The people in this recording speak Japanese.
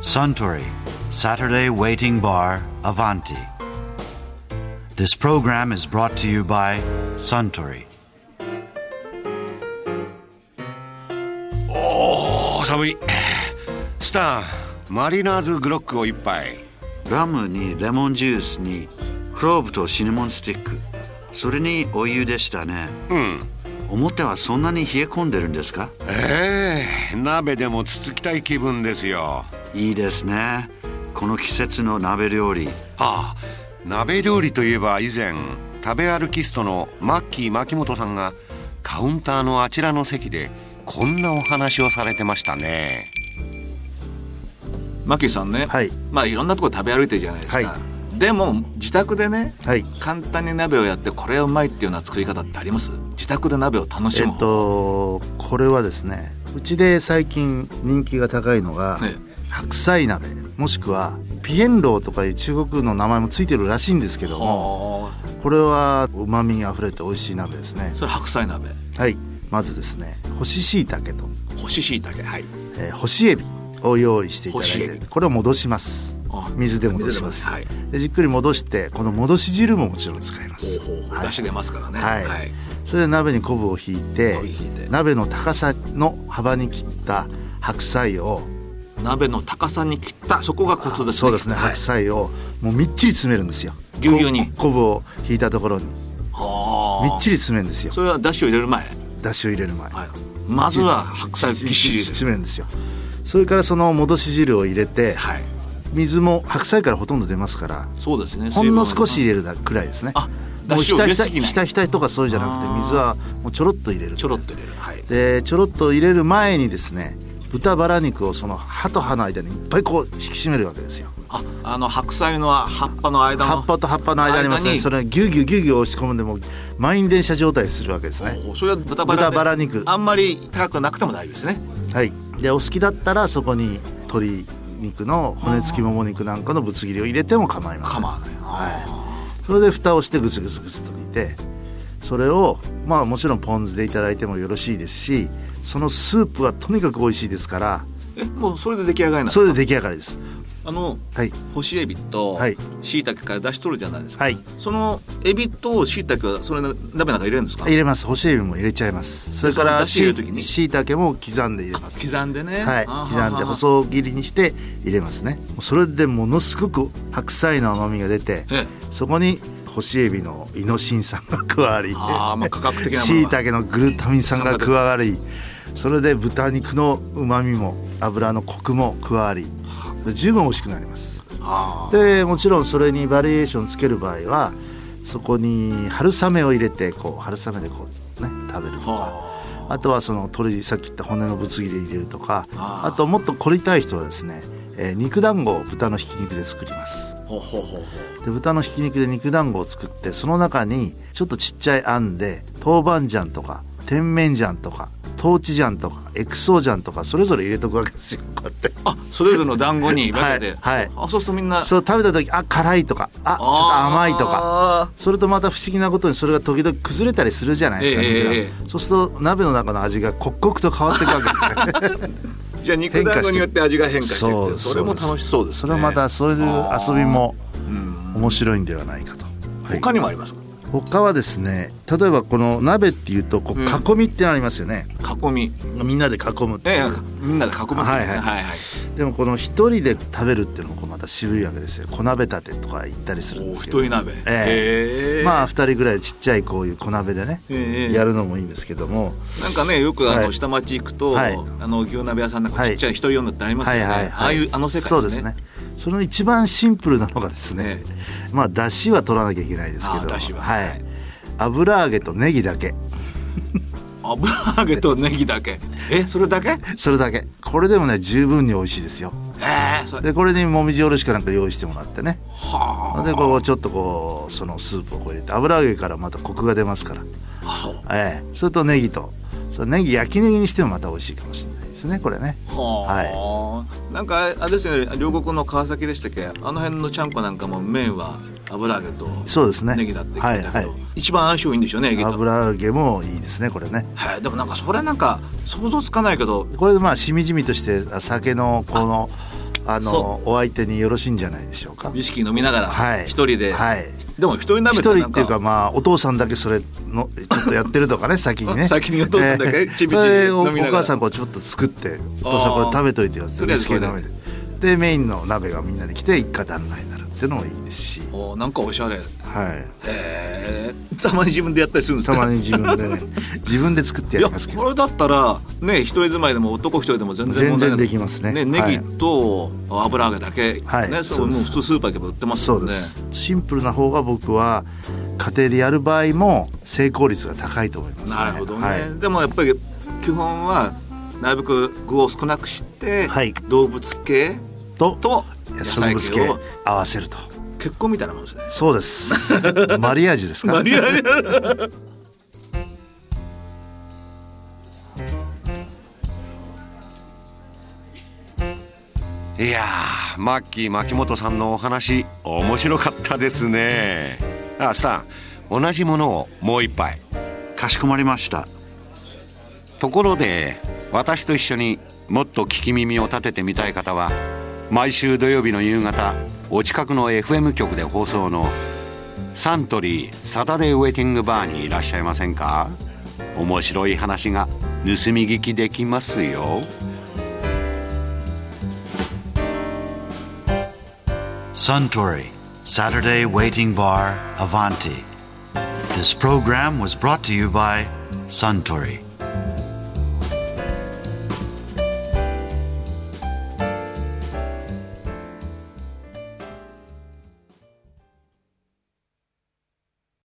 Suntory Saturday Waiting Bar Avanti. This program is brought to you by Suntory. おー寒いスターマリナーズグロックを一杯ラムにレモンジュースにクローブとシナモンスティックそれにお湯でしたねうん表はそんなに冷え込んでるんですかええ鍋でもつつきたい気分ですよいいですねこの季節の鍋料理ああ鍋料理といえば以前食べ歩きストのマッキー牧本さんがカウンターのあちらの席でこんなお話をされてましたねマッキーさんね、はいまあいろんなとこ食べ歩いてるじゃないですか、はでも自宅でね、はい簡単に鍋をやってこれはうまいっていうような作り方ってあります自宅で鍋を楽しえむっ方法、とこれはですねうちで最近人気が高いのが、え白菜鍋もしくはピエンローとかいう中国の名前もついてるらしいんですけどもはあこれはうまみにあふれて美味しい鍋ですねそれ白菜鍋はいまずですね干し椎茸と、干し椎茸はいえー干しエビを用意していただ干しエいビてこれを戻しますあ水で戻します水で戻すでじっくり戻してこの戻し汁ももちろん使いますほうほうはい出汁出ますからねはいそれで鍋に昆布をひいて昆布ひいて鍋の高さの幅に切った白菜を鍋の高さに切ったそこがコツですねそうですね、はい白菜をもうみっちり詰めるんですよぎゅうぎゅうにこ昆布をひいたところにみはあっちり詰めるんですよそれは出汁を入れる前、だしを入れる前、はい、まずは白菜をぎっしり入れる詰めるんですよそれからその戻し汁を入れてはい水も白菜からほとんど出ますからそうですねほんの少し水分入れるだくらいですねあもう出ひ汁をた入れひたすぎないひたひたとかそうじゃなくあてー水はもうちょろっと入れるちょろっと入れるはいでちょろっと入れる前にですね豚バラ肉をその歯と歯の間にいっぱいこう敷き締めるわけですよああの白菜の葉っぱの間の葉っぱと葉っぱの間にあります間ねにそれをギュウギュウギュウギュウ押し込むんでもう満員電車状態にするわけですねおそれは豚バラで豚バラ肉あんまり高くなくても大丈夫ですねはいでお好きだったらそこに鶏肉の骨付きもも肉なんかのぶつ切りを入れても構いません構わないはい、それで蓋をしてグツグツグツと煮てそれをまあもちろんポン酢でいただいてもよろしいですしそのスープはとにかく美味しいですからえもうそれで出来上がりなそのれで出来上がりですあのはい干しエビとはいしいたけから出し取るじゃないですか、はいそのエビとしいたけはそれの鍋なんか入れるんですか入れます干しエビも入れちゃいますそれからその出汁入れる時にしいたけも刻んで入れます刻んでねはいあはは刻んで細切りにして入れますねそれでものすごく白菜の甘みが出てええそこに干しエビのイノシン酸が加わりあーまあ価格的なものしいたけのグルタミン酸が加わりそれで豚肉のうまみも油のコクも加わり十分美味しくなりますあでもちろんそれにバリエーションつける場合はそこに春雨を入れてこう春雨でこうね食べるとかあとはその鶏さっき言った骨のぶつ切り入れるとかああーともっと凝りたい人はですね、えー肉団子を豚のひき肉で作りますーほうほうほうほうで豚のひき肉で肉団子を作ってその中にちょっとちっちゃいあんで豆板醤とか甜麺醤とか豆チ醤とかエクソ醤とかそれぞれ入れとくわけですよこうやってあそれぞれの団子に分けて、はいはいあそうするとみんなそう食べた時あ辛いとかあちょっと甘いとかかそれとまた不思議なことにそれが時々崩れたりするじゃないですか、ええ肉がえええそうすると鍋の中の味が刻々と変わっていくわけですねじゃあ肉団子によって味が変化してき そうてです それも楽しそうですねそれはまたそういう遊びもうん面白いんではないかと、はい、他にもあります他はですね例えばこの鍋っていうとこううん囲みってありますよね、囲みみんなで囲むってえいえう、みんなで囲むってことですねはいはいはいはいでもこの一人で食べるっていうのもこうまた渋いわけですよ小鍋立てとか言ったりするんおですけ一ど人鍋えええまあ二人ぐらいちっちゃいこういう小鍋でね、ええやるのもいいんですけども、なんかねよくあはのい下町行くと、はいあの牛鍋屋さんなんかはいちっちゃい一人用のってありますよはね、いはいはいああいうあの世界ですねそうですねその一番シンプルなのがですねえ、まあだしは取らなきゃいけないですけあどー出汁はははいい、油揚げとネギだけ油揚げとネギだけえそれだけそれだけこれでもね十分に美味しいですよええそれでこれにもみじおろしかなんか用意してもらってねはでこうちょっとこうそのスープをこう入れて油揚げからまたコクが出ますから、あはええ、それとネギとそれネギ焼きネギにしてもまた美味しいかもしれないですねこれねあはあなんかあれですよね両国の川崎でしたっけあの辺のちゃんこなんかも麺は油揚げとそうですねネギだって聞いたけど、はいはい一番相性いいんでしょうねネギと油揚げもいいですねこれねはい、でもなんかそれなんか想像つかないけどこれでまあしみじみとしてあ酒のこのあのそお相手によろしいんじゃないでしょうかウイスキー飲みながら、はい一人で、はいでも一人一鍋って人なっんかていうかまあお父さんだけそれのちょっとやってるとか ね先にね先にお父さんだけええちびちびそれでおお飲みながら母さんこうちょっと作って「お父さんこれ食べといてよ」ってとりあえずウイスキーを飲めてでメインの鍋がみんなで来て一家団らんになるっていうのもいいですし、おなんかおしゃれへはい、えたまに自分でやったりするんですたかまに自分 でね自分で作っていややりますけこどれだったらね一人住まいでも男一人でも全然問題な全然いできますねネはいギと油揚げだけ、はいねそそううでもすう普通スーパー行けば売ってますそもんうねですシンプルな方が僕は家庭でやる場合も成功率が高いと思います、ね、なるほどね、はいでもやっぱり基本はなるべく具を少なくして、はい動物系とと野野菜菜物系系を合わせると結婚みたいなもんですねそうです マリアージュですか何やねんいやーマッキー牧本さんのお話面白かったですねあスター同じものをもう一杯かしこまりましたところで私と一緒にもっと聞き耳を立ててみたい方は毎週土曜日の夕方お近くの FM 局で放送のサントリーサタデーウェイティングバーにいらっしゃいませんか面白い話が盗み聞きできますよ Suntory Saturday Waiting Bar Avanti. This program was brought to you by Suntory.